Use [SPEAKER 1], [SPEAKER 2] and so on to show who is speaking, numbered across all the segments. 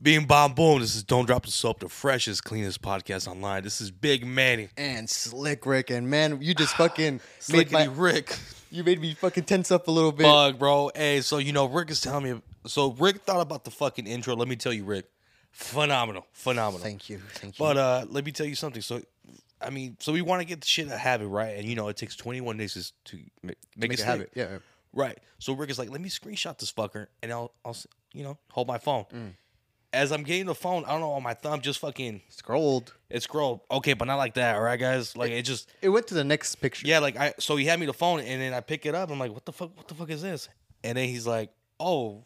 [SPEAKER 1] Being Bomb Boom, this is Don't Drop the Soap, the freshest, cleanest podcast online. This is Big Manny.
[SPEAKER 2] and Slick Rick, and man, you just fucking made
[SPEAKER 1] Slickety
[SPEAKER 2] my,
[SPEAKER 1] Rick.
[SPEAKER 2] you made me fucking tense up a little bit.
[SPEAKER 1] Fuck, bro. Hey, so you know, Rick is telling me. So Rick thought about the fucking intro. Let me tell you, Rick. Phenomenal. Phenomenal.
[SPEAKER 2] thank you, thank you.
[SPEAKER 1] But uh, let me tell you something. So, I mean, so we want to get the shit a habit, right? And you know, it takes 21 days is to make, make,
[SPEAKER 2] Make
[SPEAKER 1] it
[SPEAKER 2] a
[SPEAKER 1] stick.
[SPEAKER 2] habit, yeah.
[SPEAKER 1] Right. So Rick is like, let me screenshot this fucker, and I'll, I'll, s- you know, hold my phone.
[SPEAKER 2] Mm.
[SPEAKER 1] As I'm getting the phone, I don't know, on my thumb, just fucking
[SPEAKER 2] Scrolled.
[SPEAKER 1] it scrolled. Okay, but not like that, all right, guys? Like it just,
[SPEAKER 2] It went to the next picture.
[SPEAKER 1] yeah, like I. So he had me the phone, and then I pick it up. I'm like, what the fuck? What the fuck is this? And then he's like, oh,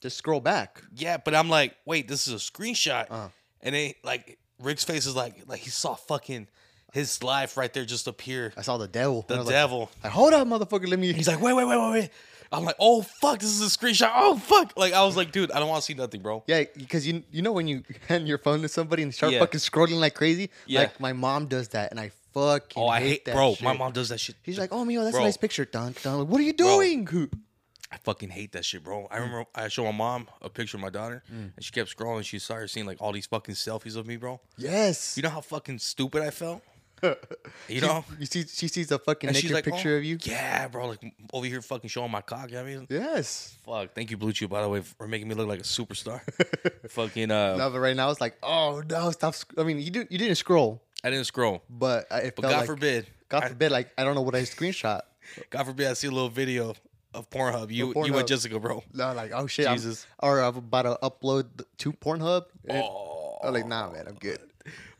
[SPEAKER 2] Just scroll back.
[SPEAKER 1] yeah, but I'm like, wait, this is a screenshot.
[SPEAKER 2] Uh-huh.
[SPEAKER 1] And then like Rick's face is like like he saw fucking his life right there just appear.
[SPEAKER 2] I saw the devil.
[SPEAKER 1] The
[SPEAKER 2] and I was like-
[SPEAKER 1] devil.
[SPEAKER 2] Like, hold up, motherfucker. Let me.
[SPEAKER 1] He's like, wait, wait, wait, wait, wait. I'm like, oh fuck, this is a screenshot. Oh fuck. Like I was like, dude, I don't want to see nothing, bro.
[SPEAKER 2] Yeah, because you you know when you hand your phone to somebody and start
[SPEAKER 1] Yeah.
[SPEAKER 2] fucking scrolling like crazy.
[SPEAKER 1] Yeah.
[SPEAKER 2] Like my mom does that, and I fucking.
[SPEAKER 1] oh, I
[SPEAKER 2] hate,
[SPEAKER 1] hate,
[SPEAKER 2] that
[SPEAKER 1] bro.
[SPEAKER 2] shit.
[SPEAKER 1] My mom does that shit.
[SPEAKER 2] He's like, oh, mio, that's
[SPEAKER 1] Bro.
[SPEAKER 2] a nice picture. Dun dun. Like, what are you doing?
[SPEAKER 1] I fucking hate that shit,
[SPEAKER 2] Mm.
[SPEAKER 1] bro. I remember I showed my mom a picture of my daughter, and she kept scrolling. She started seeing like all these fucking selfies of me, bro.
[SPEAKER 2] Yes.
[SPEAKER 1] You know how fucking stupid I felt. You know,
[SPEAKER 2] you see, she sees a fucking
[SPEAKER 1] and
[SPEAKER 2] naked
[SPEAKER 1] she's like,
[SPEAKER 2] picture
[SPEAKER 1] "Oh,
[SPEAKER 2] of you.
[SPEAKER 1] Yeah, bro. Like over here, fucking showing my cock. You know what I mean,
[SPEAKER 2] Yes.
[SPEAKER 1] Fuck. Thank you, Blue Chew, by the way, for making me look like a superstar. Fucking uh
[SPEAKER 2] No, but right now it's like, oh no, stop. Sc-. I mean, you didn't you didn't scroll,
[SPEAKER 1] I didn't scroll.
[SPEAKER 2] but I, it
[SPEAKER 1] But
[SPEAKER 2] felt
[SPEAKER 1] God
[SPEAKER 2] like,
[SPEAKER 1] forbid.
[SPEAKER 2] God forbid, like I don't know what I screenshot.
[SPEAKER 1] God forbid I see a little video of Pornhub. You you
[SPEAKER 2] Pornhub.
[SPEAKER 1] and Jessica, bro.
[SPEAKER 2] No, like oh shit,
[SPEAKER 1] Jesus.
[SPEAKER 2] I'm, or I'm about to upload th- to Pornhub. And,
[SPEAKER 1] Oh.
[SPEAKER 2] I'm like, nah, man, I'm good.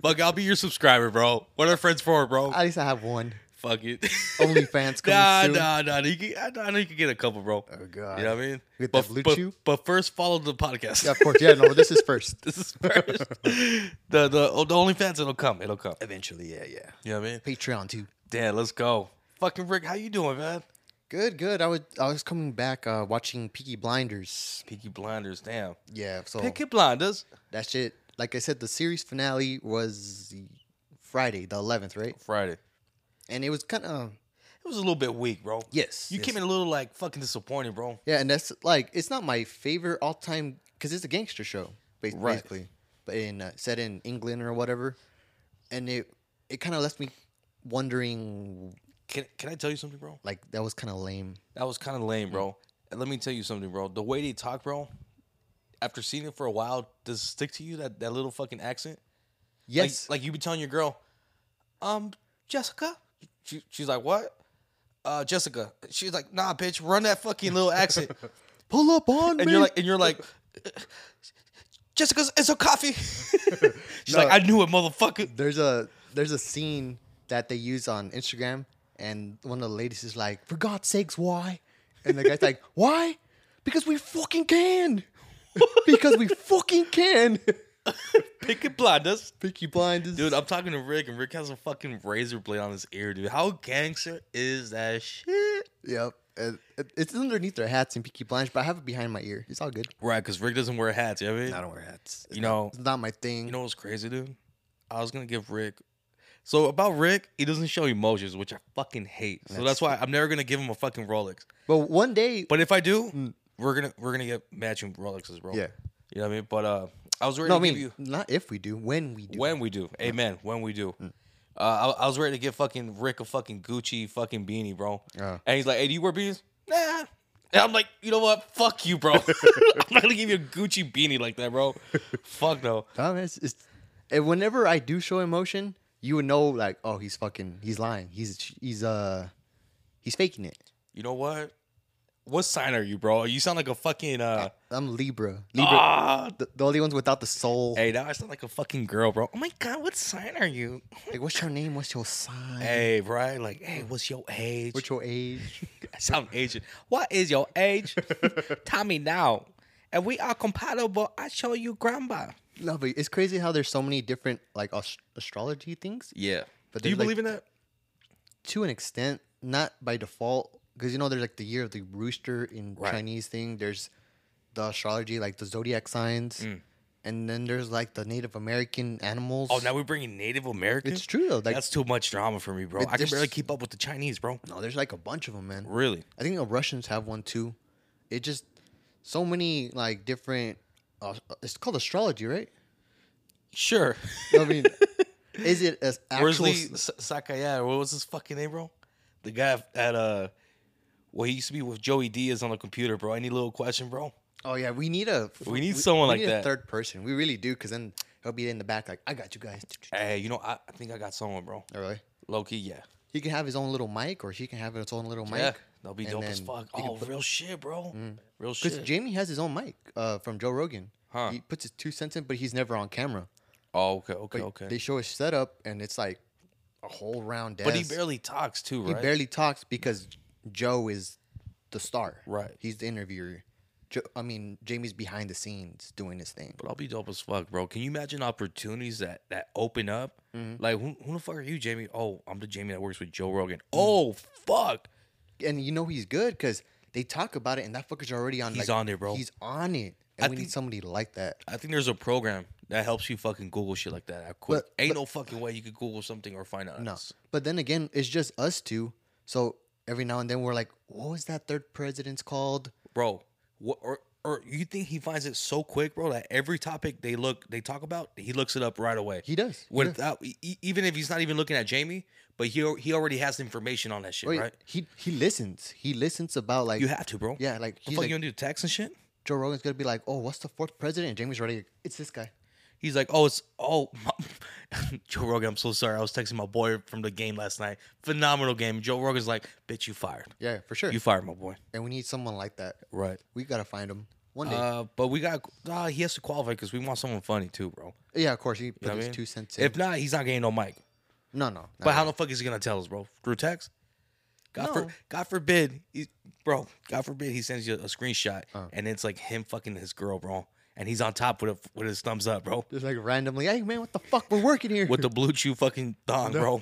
[SPEAKER 1] Fuck, I'll be your subscriber, bro. What are friends for, bro?
[SPEAKER 2] At least I Oh, have one.
[SPEAKER 1] Fuck it.
[SPEAKER 2] OnlyFans coming
[SPEAKER 1] nah,
[SPEAKER 2] soon.
[SPEAKER 1] nah, nah. You can, I- I know you can get a couple, bro.
[SPEAKER 2] Oh, God.
[SPEAKER 1] You know what I mean?
[SPEAKER 2] With
[SPEAKER 1] but,
[SPEAKER 2] that Blue
[SPEAKER 1] but,
[SPEAKER 2] Chew?
[SPEAKER 1] but first follow the podcast.
[SPEAKER 2] Yeah, of course. Yeah, no, this is first.
[SPEAKER 1] this is first. the the oh, the OnlyFans, it'll come. It'll come.
[SPEAKER 2] Eventually, yeah, yeah.
[SPEAKER 1] You know what I mean?
[SPEAKER 2] Patreon too.
[SPEAKER 1] Dad, let's go. Fucking Rick, how you doing, man?
[SPEAKER 2] Good, good. I was I was coming back uh, watching Peaky Blinders.
[SPEAKER 1] Peaky Blinders, damn.
[SPEAKER 2] Yeah, so
[SPEAKER 1] Peaky Blinders.
[SPEAKER 2] that's it. Like I said, the series finale was the Friday, the 11th, right?
[SPEAKER 1] Friday. It
[SPEAKER 2] And it was kind of
[SPEAKER 1] was a little bit weak, bro.
[SPEAKER 2] yes.
[SPEAKER 1] You
[SPEAKER 2] yes.
[SPEAKER 1] came in a little like fucking disappointed, bro.
[SPEAKER 2] Yeah, and that's like it's not my favorite all time because it's a gangster show, ba-
[SPEAKER 1] Right.
[SPEAKER 2] basically, but in uh, set in England or whatever, and it it kind of left me wondering,
[SPEAKER 1] Can can I tell you something, bro?
[SPEAKER 2] like that was kind of lame.
[SPEAKER 1] That was kind of lame, bro. And let me tell you something, bro. The way they talk, bro, after seeing it for a while, does it stick to you that, that little fucking accent? Like-
[SPEAKER 2] Yes,
[SPEAKER 1] Like, you be telling your girl, um, Jessica. She, she's like, what? Uh, Jessica. She's like, nah, bitch, run that fucking little accent.
[SPEAKER 2] pull up on
[SPEAKER 1] and
[SPEAKER 2] me.
[SPEAKER 1] you're like, and you're like, Jessica's it's a coffee. She's
[SPEAKER 2] No.
[SPEAKER 1] like, I knew it, motherfucker.
[SPEAKER 2] there's a there's a scene that they use on Instagram, and one of the ladies is like, "For God's sakes, why?" And the guy's like, "Why? Because we fucking can." because we fucking can.
[SPEAKER 1] Pick it blinders.
[SPEAKER 2] Peaky Blinders.
[SPEAKER 1] Dude, I'm talking to Rick, and Rick has a fucking razor blade on his ear, dude. How gangster is that shit?
[SPEAKER 2] Yep. It, it, it's underneath their hats in Peaky Blinders, but I have it behind my ear. It's all good.
[SPEAKER 1] Right, because Rick doesn't wear hats, you know what I mean?
[SPEAKER 2] don't wear hats.
[SPEAKER 1] You know,
[SPEAKER 2] It's not my thing.
[SPEAKER 1] you know what's crazy, dude? I was gonna give Rick. So about Rick, he doesn't show emotions, which I fucking hate. So that's why I'm never gonna give him a fucking Rolex.
[SPEAKER 2] but one day,
[SPEAKER 1] But if I do, we're gonna we're gonna get matching Rolexes, bro.
[SPEAKER 2] Mm. Yeah.
[SPEAKER 1] You know what I mean? But uh, I was ready
[SPEAKER 2] no, I
[SPEAKER 1] to give
[SPEAKER 2] mean,
[SPEAKER 1] you.
[SPEAKER 2] not if we do, when we do. Mm.
[SPEAKER 1] When we do, amen. When we do, uh, I, I was ready to give fucking Rick a fucking Gucci fucking beanie, bro.
[SPEAKER 2] Yeah.
[SPEAKER 1] And he's like, "Hey, do you wear beanies?" Nah. And I'm like, you know what? Fuck you, bro. I'm not gonna give you a Gucci beanie like that, bro. Fuck no.
[SPEAKER 2] No, man, it's, it's, and whenever I do show emotion, you would know, like, oh, he's fucking, he's lying. He's, he's, uh, he's faking it.
[SPEAKER 1] You know what? What sign are you, bro? You sound like a fucking uh.
[SPEAKER 2] I'm Libra. Libra.
[SPEAKER 1] Ah. Eh.
[SPEAKER 2] The, the only ones without the soul.
[SPEAKER 1] Hey, now I sound like a fucking girl, bro. Oh my god, what sign are you?
[SPEAKER 2] Like, what's your name? What's your sign?
[SPEAKER 1] Hey, right? Like, hey, what's your age?
[SPEAKER 2] What's your age?
[SPEAKER 1] I sound Asian. What is your age? Tell me now. If we are compatible, I show you grandma.
[SPEAKER 2] no, but it's crazy how there's so many different, like, ast- astrology things.
[SPEAKER 1] Yeah.
[SPEAKER 2] But
[SPEAKER 1] Do you
[SPEAKER 2] there's, like-
[SPEAKER 1] believe in that?
[SPEAKER 2] to an extent, not by default, because you know there's like the year of the rooster in
[SPEAKER 1] Right.
[SPEAKER 2] Chinese thing. There's the astrology, like the zodiac signs, and then there's like the Native American animals.
[SPEAKER 1] Mm. Oh, now we're bringing Native Americans?
[SPEAKER 2] it's true though. Like
[SPEAKER 1] That's too much drama for me, bro. I can
[SPEAKER 2] there's-
[SPEAKER 1] barely keep up with the Chinese, bro.
[SPEAKER 2] no, there's like a bunch of them, man.
[SPEAKER 1] Really?
[SPEAKER 2] I think the Russians have one too. It just so many like different uh, it's called astrology, right?
[SPEAKER 1] Sure.
[SPEAKER 2] I mean, is it as actual?
[SPEAKER 1] Worsley S- Sakaya, what was his fucking name, bro? The guy at uh, well, he used to be with Joey Diaz on the computer, bro. Any little question, bro?
[SPEAKER 2] Oh yeah, we need a
[SPEAKER 1] We need someone like
[SPEAKER 2] need
[SPEAKER 1] that.
[SPEAKER 2] A third person, we really do, because then he'll be in the back like, I got you guys.
[SPEAKER 1] Hey, you know, I, I think I got someone, bro.
[SPEAKER 2] All right.
[SPEAKER 1] Low key, yeah.
[SPEAKER 2] He can have his own little mic, or she can have its own little mic.
[SPEAKER 1] Yeah, that'll be
[SPEAKER 2] and
[SPEAKER 1] dope as
[SPEAKER 2] then
[SPEAKER 1] fuck.
[SPEAKER 2] you can
[SPEAKER 1] Oh,
[SPEAKER 2] put- Mm.
[SPEAKER 1] real shit, bro. Real
[SPEAKER 2] Because
[SPEAKER 1] shit.
[SPEAKER 2] Jamie has his own mic uh, from Joe Rogan.
[SPEAKER 1] Huh.
[SPEAKER 2] He puts his two cents in, but he's never on camera.
[SPEAKER 1] oh, okay, okay,
[SPEAKER 2] But
[SPEAKER 1] okay.
[SPEAKER 2] They show his setup, and it's like a whole round desk.
[SPEAKER 1] but he barely talks too,
[SPEAKER 2] he
[SPEAKER 1] right?
[SPEAKER 2] barely talks because Joe is the star.
[SPEAKER 1] Right.
[SPEAKER 2] He's the interviewer. Joe, I mean, Jamie's behind the scenes doing his thing.
[SPEAKER 1] but I'll be dope as fuck, bro. Can you imagine opportunities that that open up?
[SPEAKER 2] Mm-hmm.
[SPEAKER 1] Like, who, who the fuck are you, Jamie? Oh, I'm the Jamie that works with Joe Rogan. Oh, fuck.
[SPEAKER 2] And you know he's good because they talk about it, and that fucker's already on.
[SPEAKER 1] He's
[SPEAKER 2] like,
[SPEAKER 1] on it, bro.
[SPEAKER 2] He's on it, and
[SPEAKER 1] I
[SPEAKER 2] we
[SPEAKER 1] think-
[SPEAKER 2] need somebody like that.
[SPEAKER 1] I think there's a program that helps you fucking Google shit like that. I quit.
[SPEAKER 2] But-
[SPEAKER 1] Ain't
[SPEAKER 2] but-
[SPEAKER 1] no fucking way you could Google something or find out.
[SPEAKER 2] No,
[SPEAKER 1] It's-
[SPEAKER 2] but then again, it's just us two. So every now and then we're like, "What was that third president's called?"
[SPEAKER 1] bro. What or or you think he finds it so quick, bro? That every topic they look they talk about, he looks it up right away.
[SPEAKER 2] He does. He does.
[SPEAKER 1] without e- e- even if he's not even looking at Jamie, but he al- he already has information on that shit,
[SPEAKER 2] Wait,
[SPEAKER 1] right?
[SPEAKER 2] He he listens. He listens about like
[SPEAKER 1] You have to, bro.
[SPEAKER 2] yeah, like,
[SPEAKER 1] the
[SPEAKER 2] he's
[SPEAKER 1] fuck
[SPEAKER 2] like
[SPEAKER 1] you gonna do text and shit?
[SPEAKER 2] Joe Rogan's gonna be like, "Oh, what's the fourth president?" And Jamie's already, "It's this guy."
[SPEAKER 1] He's like, oh, it's oh, my- Joe Rogan. I'm so sorry. I was texting my boy from the game last night. Phenomenal game. Joe Rogan's like, bitch, you fired.
[SPEAKER 2] Yeah, for sure.
[SPEAKER 1] You fired, my boy.
[SPEAKER 2] and we need someone like that.
[SPEAKER 1] Right.
[SPEAKER 2] We gotta find him one day.
[SPEAKER 1] Uh, but we got uh, he has to qualify because we want someone funny too, bro.
[SPEAKER 2] yeah, of course. He put
[SPEAKER 1] You know what I
[SPEAKER 2] his
[SPEAKER 1] mean?
[SPEAKER 2] two cents in.
[SPEAKER 1] If not, he's not getting no mic.
[SPEAKER 2] no, no.
[SPEAKER 1] But
[SPEAKER 2] no.
[SPEAKER 1] how the fuck is he gonna tell us, bro? Through text? God, for,
[SPEAKER 2] No.
[SPEAKER 1] God forbid, he, bro. God forbid he sends you a screenshot
[SPEAKER 2] Uh.
[SPEAKER 1] and it's like him fucking his girl, bro, and he's on top with a, with his thumbs up, bro,
[SPEAKER 2] just like randomly, hey man, what the fuck? We're working here.
[SPEAKER 1] with the blue chew fucking thong, bro.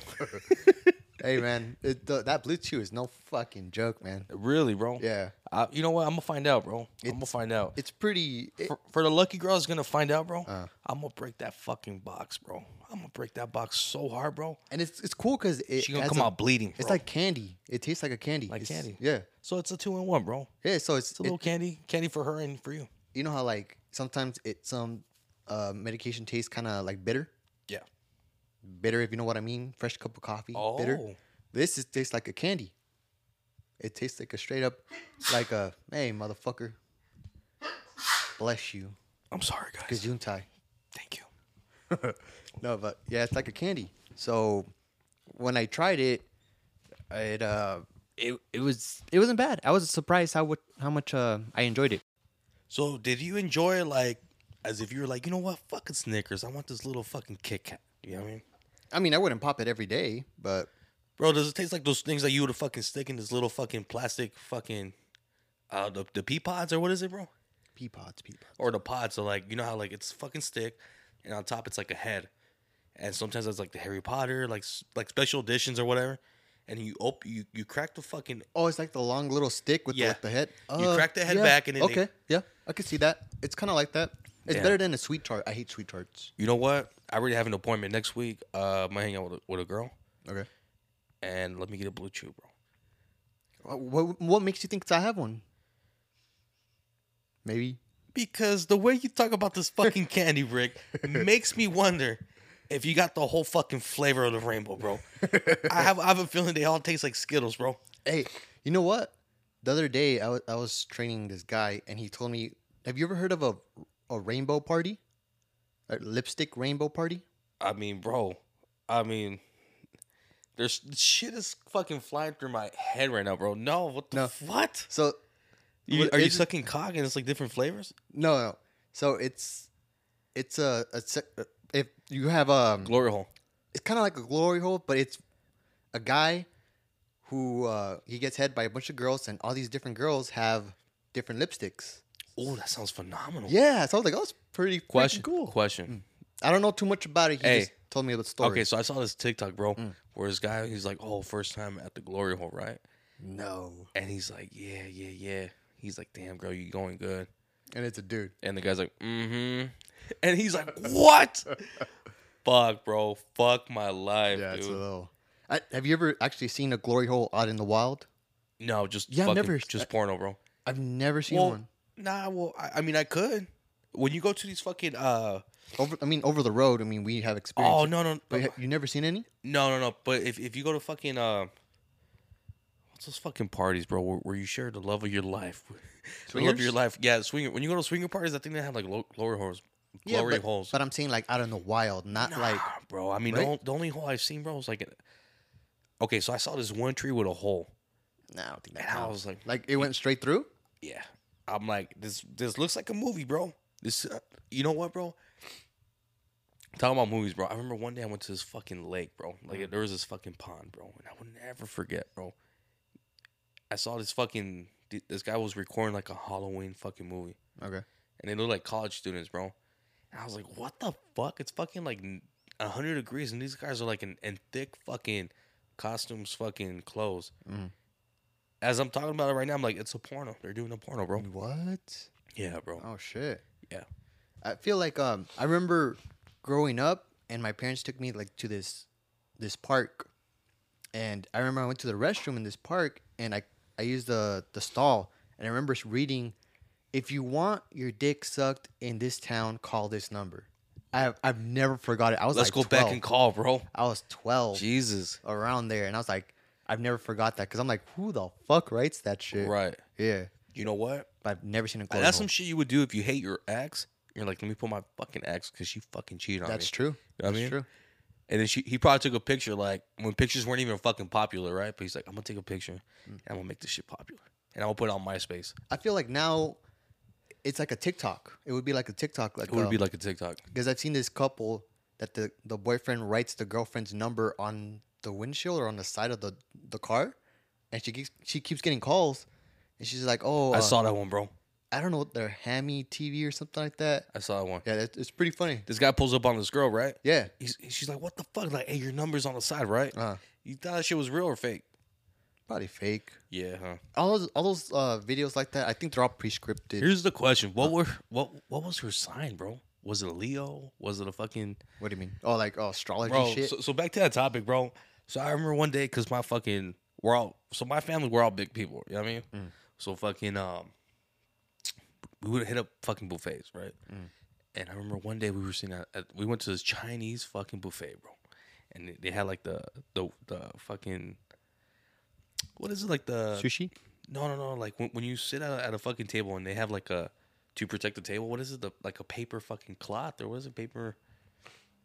[SPEAKER 2] hey man, it, th- that blue chew is no fucking joke, man.
[SPEAKER 1] really, bro?
[SPEAKER 2] Yeah.
[SPEAKER 1] Uh, you know what? I'm gonna find out, bro. I'm gonna
[SPEAKER 2] It's-
[SPEAKER 1] find out.
[SPEAKER 2] It's pretty. it- Uh.
[SPEAKER 1] for, for the lucky girl that's gonna find out, bro. I'm gonna break that fucking box, bro. I'm gonna break that box so hard, bro.
[SPEAKER 2] and it's it's cool because it
[SPEAKER 1] She gonna
[SPEAKER 2] has
[SPEAKER 1] come
[SPEAKER 2] a-
[SPEAKER 1] out bleeding.
[SPEAKER 2] It's
[SPEAKER 1] bro.
[SPEAKER 2] like candy. It tastes like a candy.
[SPEAKER 1] Like
[SPEAKER 2] It's-
[SPEAKER 1] candy.
[SPEAKER 2] Yeah.
[SPEAKER 1] so it's a two in one, bro.
[SPEAKER 2] Yeah. So it's,
[SPEAKER 1] It's a
[SPEAKER 2] it-
[SPEAKER 1] little candy, candy for her and for you.
[SPEAKER 2] you know how like sometimes it some uh, medication tastes kind of like bitter,
[SPEAKER 1] Yeah.
[SPEAKER 2] bitter if you know what I mean. Fresh cup of coffee, bitter.
[SPEAKER 1] Oh.
[SPEAKER 2] This is tastes like a candy. It tastes like a straight up, like a hey motherfucker. Bless you,
[SPEAKER 1] I'm sorry, guys.
[SPEAKER 2] Kazuntai.
[SPEAKER 1] Thank you.
[SPEAKER 2] No, but yeah, it's like a candy. So when I tried it, it uh it it was it wasn't bad. I was surprised how what how much uh I enjoyed it.
[SPEAKER 1] So did you enjoy like as if you were like, you know what, fucking Snickers. I want this little fucking Kit Kat. You know what I mean?
[SPEAKER 2] I mean, I wouldn't pop it every day, but
[SPEAKER 1] Bro, does it taste like those things that you would have fucking stick in this little fucking plastic fucking uh the, the pea pods or what is it, bro?
[SPEAKER 2] pea pods, pea pods.
[SPEAKER 1] Or the pods are like, you know how like it's fucking stick and on top it's like a head. And sometimes that's like the Harry Potter, like s- like special editions or whatever. And you op- you you crack the fucking
[SPEAKER 2] Oh, it's like the long little stick with,
[SPEAKER 1] Yeah.
[SPEAKER 2] the, with the head. Uh,
[SPEAKER 1] You crack the head
[SPEAKER 2] yeah.
[SPEAKER 1] back and then they-
[SPEAKER 2] okay, yeah, I can see that. It's kind of like that. It's
[SPEAKER 1] Yeah.
[SPEAKER 2] better than a sweet tart. I hate sweet tarts.
[SPEAKER 1] You know what? I already have an appointment next week. Uh, I'm gonna hang out with a, with a girl,
[SPEAKER 2] Okay.
[SPEAKER 1] and let me get a blue chew, bro.
[SPEAKER 2] Uh, What what makes you think I have one? Maybe.
[SPEAKER 1] Because the way you talk about this fucking candy, Rick, makes me wonder if you got the whole fucking flavor of the rainbow, bro. I have I have a feeling they all taste like Skittles, bro.
[SPEAKER 2] Hey, you know what? The other day I wa- I was training this guy and he told me, "Have you ever heard of a a rainbow party? A lipstick rainbow party?"
[SPEAKER 1] I mean, bro. I mean, there's shit is fucking flying through my head right now, bro. No, what the
[SPEAKER 2] No.
[SPEAKER 1] f- what?
[SPEAKER 2] So
[SPEAKER 1] You,
[SPEAKER 2] What
[SPEAKER 1] are you
[SPEAKER 2] is it?
[SPEAKER 1] sucking cock and it's like different flavors?
[SPEAKER 2] no, no. So it's it's a, a se- uh, if you have um
[SPEAKER 1] Glory hole.
[SPEAKER 2] it's kind of like a glory hole, but it's a guy who uh, he gets head by a bunch of girls, and all these different girls have different lipsticks.
[SPEAKER 1] Oh, that sounds phenomenal.
[SPEAKER 2] Yeah, so I was like, "Oh, it's pretty freaking
[SPEAKER 1] Question.
[SPEAKER 2] cool."
[SPEAKER 1] Question.
[SPEAKER 2] I don't know too much about it. He
[SPEAKER 1] Hey.
[SPEAKER 2] just told me the story.
[SPEAKER 1] Okay, so I saw this TikTok, bro, where this guy he's like, "Oh, first time at the glory hole, right?"
[SPEAKER 2] No,
[SPEAKER 1] And he's like, "Yeah, yeah, yeah." He's like, "Damn, girl, you going good?"
[SPEAKER 2] and it's a dude.
[SPEAKER 1] And the guy's like, "Mm-hmm," and he's like, "What? Fuck, bro, fuck my life,
[SPEAKER 2] Yeah, it's
[SPEAKER 1] dude."
[SPEAKER 2] a little. I, have you ever actually seen a glory hole out in the wild?
[SPEAKER 1] no, just
[SPEAKER 2] Yeah, I've
[SPEAKER 1] fucking-
[SPEAKER 2] never-
[SPEAKER 1] just porno, bro.
[SPEAKER 2] I've never seen
[SPEAKER 1] Well,
[SPEAKER 2] one.
[SPEAKER 1] Nah, well, I, I mean, I could. when you go to these fucking uh
[SPEAKER 2] Over, I mean, over the road. I mean, we have experience.
[SPEAKER 1] oh no no
[SPEAKER 2] But
[SPEAKER 1] no
[SPEAKER 2] ha- you never seen any?
[SPEAKER 1] no no no but if if you go to fucking uh what's those fucking parties bro where, where you share the love of your life swing of your
[SPEAKER 2] Swingers?
[SPEAKER 1] life yeah swinger when you go to swinger parties I think they have like low, lower holes glory
[SPEAKER 2] but,
[SPEAKER 1] holes
[SPEAKER 2] But I'm saying like out in the wild, not like
[SPEAKER 1] Ah, bro I mean the,
[SPEAKER 2] right?
[SPEAKER 1] on- the only hole I've seen bro was like okay so I saw this one tree with a hole
[SPEAKER 2] no. I don't think that
[SPEAKER 1] and I
[SPEAKER 2] counts.
[SPEAKER 1] was like
[SPEAKER 2] Like it went straight through.
[SPEAKER 1] yeah i'm like this this looks like a movie bro this uh, you know what bro talking about movies bro i remember one day i went to this fucking lake bro like
[SPEAKER 2] Mm.
[SPEAKER 1] there was this fucking pond bro and i will never forget bro i saw this fucking th- this guy was recording like a halloween fucking movie
[SPEAKER 2] Okay.
[SPEAKER 1] and they look like college students bro and i was like what the fuck it's fucking like n- 100 degrees and these guys are like in, in thick fucking costumes fucking clothes
[SPEAKER 2] Mhm.
[SPEAKER 1] as i'm talking about it right now i'm like it's a porno they're doing a porno bro
[SPEAKER 2] What?
[SPEAKER 1] yeah, bro.
[SPEAKER 2] Oh shit.
[SPEAKER 1] Yeah.
[SPEAKER 2] I feel like um I remember growing up and my parents took me like to this this park and I remember I went to the restroom in this park and I I used the the stall and I remember reading if you want your dick sucked in this town call this number. I have, I've never forgot it. I was
[SPEAKER 1] Let's go
[SPEAKER 2] like
[SPEAKER 1] back
[SPEAKER 2] 12.
[SPEAKER 1] and call, bro.
[SPEAKER 2] I was 12
[SPEAKER 1] Jesus.
[SPEAKER 2] around there and I was like I've never forgot that cuz I'm like who the fuck writes that shit?
[SPEAKER 1] Right.
[SPEAKER 2] Yeah.
[SPEAKER 1] You know what?
[SPEAKER 2] But I've never seen a glory
[SPEAKER 1] That's
[SPEAKER 2] hole.
[SPEAKER 1] some shit you would do if you hate your ex. You're like, let me put my fucking ex because she fucking cheated on
[SPEAKER 2] That's
[SPEAKER 1] me.
[SPEAKER 2] true.
[SPEAKER 1] You know what I
[SPEAKER 2] That's
[SPEAKER 1] mean?
[SPEAKER 2] true.
[SPEAKER 1] And then she, he probably took a picture, like when pictures weren't even fucking popular, right? But he's like, I'm gonna take a picture and I'm gonna make this shit popular and I'm gonna put it on MySpace.
[SPEAKER 2] I feel like now it's like a TikTok. It would be like a TikTok, like
[SPEAKER 1] It would be like a TikTok.
[SPEAKER 2] because I've seen this couple that the the boyfriend writes the girlfriend's number on the windshield or on the side of the the car, and she keeps she keeps getting calls, and she's like, "Oh, uh,
[SPEAKER 1] I
[SPEAKER 2] I,
[SPEAKER 1] saw that one, bro.
[SPEAKER 2] don't know what their hammy TV or something like that."
[SPEAKER 1] I saw that one.
[SPEAKER 2] Yeah, that, it's pretty funny.
[SPEAKER 1] This guy pulls up on this girl, right?
[SPEAKER 2] Yeah,
[SPEAKER 1] He's, she's like, what the fuck? Like, hey, your number's on the side, right?
[SPEAKER 2] uh,
[SPEAKER 1] You thought that shit was real or fake?
[SPEAKER 2] probably fake.
[SPEAKER 1] Yeah, huh?
[SPEAKER 2] All those all those uh, videos like that, I think they're all prescripted.
[SPEAKER 1] Here's the question: What were what what was her sign, bro? Was it a Leo? Was it a fucking
[SPEAKER 2] what do you mean? Oh, like oh, astrology
[SPEAKER 1] bro?
[SPEAKER 2] shit.
[SPEAKER 1] So, so back to that topic, bro. So I remember one day because my fucking we're all so my family we're all big people. You know what I mean?
[SPEAKER 2] Mm.
[SPEAKER 1] So fucking um, we would hit up fucking buffets, right?
[SPEAKER 2] Mm.
[SPEAKER 1] And I remember one day we were sitting at, at- we went to this Chinese fucking buffet, bro, and they- they had like the the the fucking what is it like the
[SPEAKER 2] Sushi.
[SPEAKER 1] no, no, no. Like when, when you sit at a, at a fucking table and they have like a to protect the table. What is it? The like a paper fucking cloth or what is it? Paper.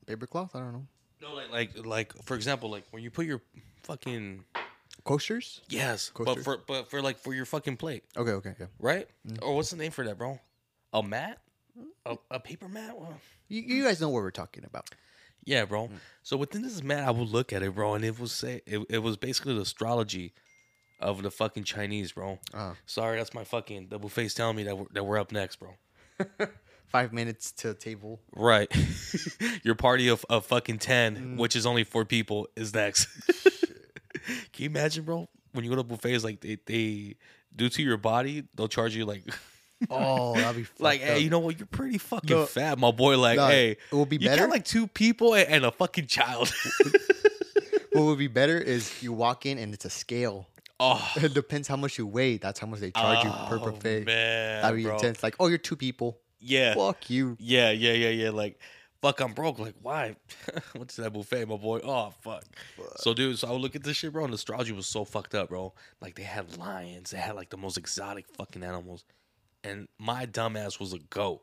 [SPEAKER 2] Paper cloth? I don't know.
[SPEAKER 1] No, like like like for example, like when you put your fucking
[SPEAKER 2] Coasters?
[SPEAKER 1] yes,
[SPEAKER 2] Coaster.
[SPEAKER 1] but for but for like for your fucking plate,
[SPEAKER 2] Okay, okay, yeah.
[SPEAKER 1] right? Or what's the name for that, bro? A mat, a, a paper mat. Well,
[SPEAKER 2] You, you guys know what we're talking about.
[SPEAKER 1] Yeah, bro. So within this mat, I would look at it, bro, and it was say it, it was basically the astrology of the fucking Chinese, bro.
[SPEAKER 2] Uh,
[SPEAKER 1] Sorry, that's my fucking the buffet's telling me that we're, that we're up next, bro.
[SPEAKER 2] five minutes to table.
[SPEAKER 1] Right. Your party of, of fucking 10, which is only four people, is next. Can you imagine, bro? When you go to buffets, like they, they due to your body, they'll charge you like,
[SPEAKER 2] Oh, that'd be fucked
[SPEAKER 1] like,
[SPEAKER 2] up.
[SPEAKER 1] hey, you know what? You're pretty fucking
[SPEAKER 2] No.
[SPEAKER 1] fat, my boy. Like,
[SPEAKER 2] No,
[SPEAKER 1] hey,
[SPEAKER 2] it will be
[SPEAKER 1] you
[SPEAKER 2] better.
[SPEAKER 1] got like two people and, and a fucking child.
[SPEAKER 2] what would be better is you walk in and it's a scale.
[SPEAKER 1] oh,
[SPEAKER 2] It depends how much you weigh. That's how much they charge you per
[SPEAKER 1] oh,
[SPEAKER 2] buffet.
[SPEAKER 1] Man,
[SPEAKER 2] that'd be
[SPEAKER 1] bro.
[SPEAKER 2] intense. Like, oh, you're two people.
[SPEAKER 1] Yeah,
[SPEAKER 2] Fuck you.
[SPEAKER 1] yeah, yeah, yeah, yeah. Like, fuck, I'm broke. Like, why? Went to that buffet, my boy. Oh, fuck. So, dude, so I would look at this shit, bro, and astrology was so fucked up, bro. Like, they had lions, they had like the most exotic fucking animals, and my dumbass was a goat.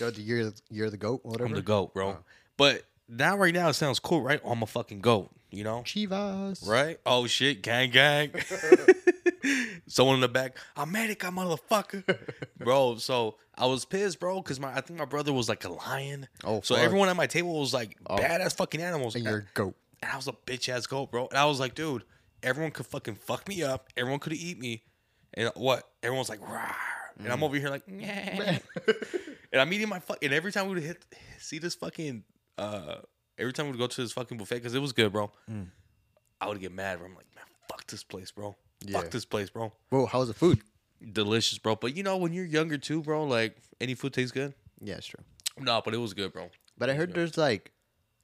[SPEAKER 2] You're the, you're, the- you're the goat. Whatever.
[SPEAKER 1] I'm the goat, bro. But now, right now, it sounds cool, right? Oh, I'm a fucking goat, you know?
[SPEAKER 2] Chivas.
[SPEAKER 1] Right? Oh shit, gang gang. Someone in the back, America, motherfucker. bro, so I was pissed, bro, because my I think my brother was like a lion.
[SPEAKER 2] Oh,
[SPEAKER 1] so
[SPEAKER 2] fuck. Oh.
[SPEAKER 1] everyone at my table was like badass fucking animals.
[SPEAKER 2] And you're a goat.
[SPEAKER 1] And I was a bitch ass goat, bro. And I was like, dude, everyone could fucking fuck me up. Everyone could eat me. And what? Everyone's like, rah. And
[SPEAKER 2] Mm.
[SPEAKER 1] I'm over here like, "Nyeh." and I'm eating my fuck. And every time we would hit, see this fucking, uh, every time we'd go to this fucking buffet because it was good, bro.
[SPEAKER 2] Mm.
[SPEAKER 1] I would get mad. Bro. I'm like, man, fuck this place, bro.
[SPEAKER 2] Yeah.
[SPEAKER 1] Fuck this place, bro.
[SPEAKER 2] Whoa, how's the food?
[SPEAKER 1] Delicious, bro. But you know, when you're younger too, bro, like any food tastes good.
[SPEAKER 2] Yeah, it's true.
[SPEAKER 1] No, but it was good, bro.
[SPEAKER 2] But I heard there's like,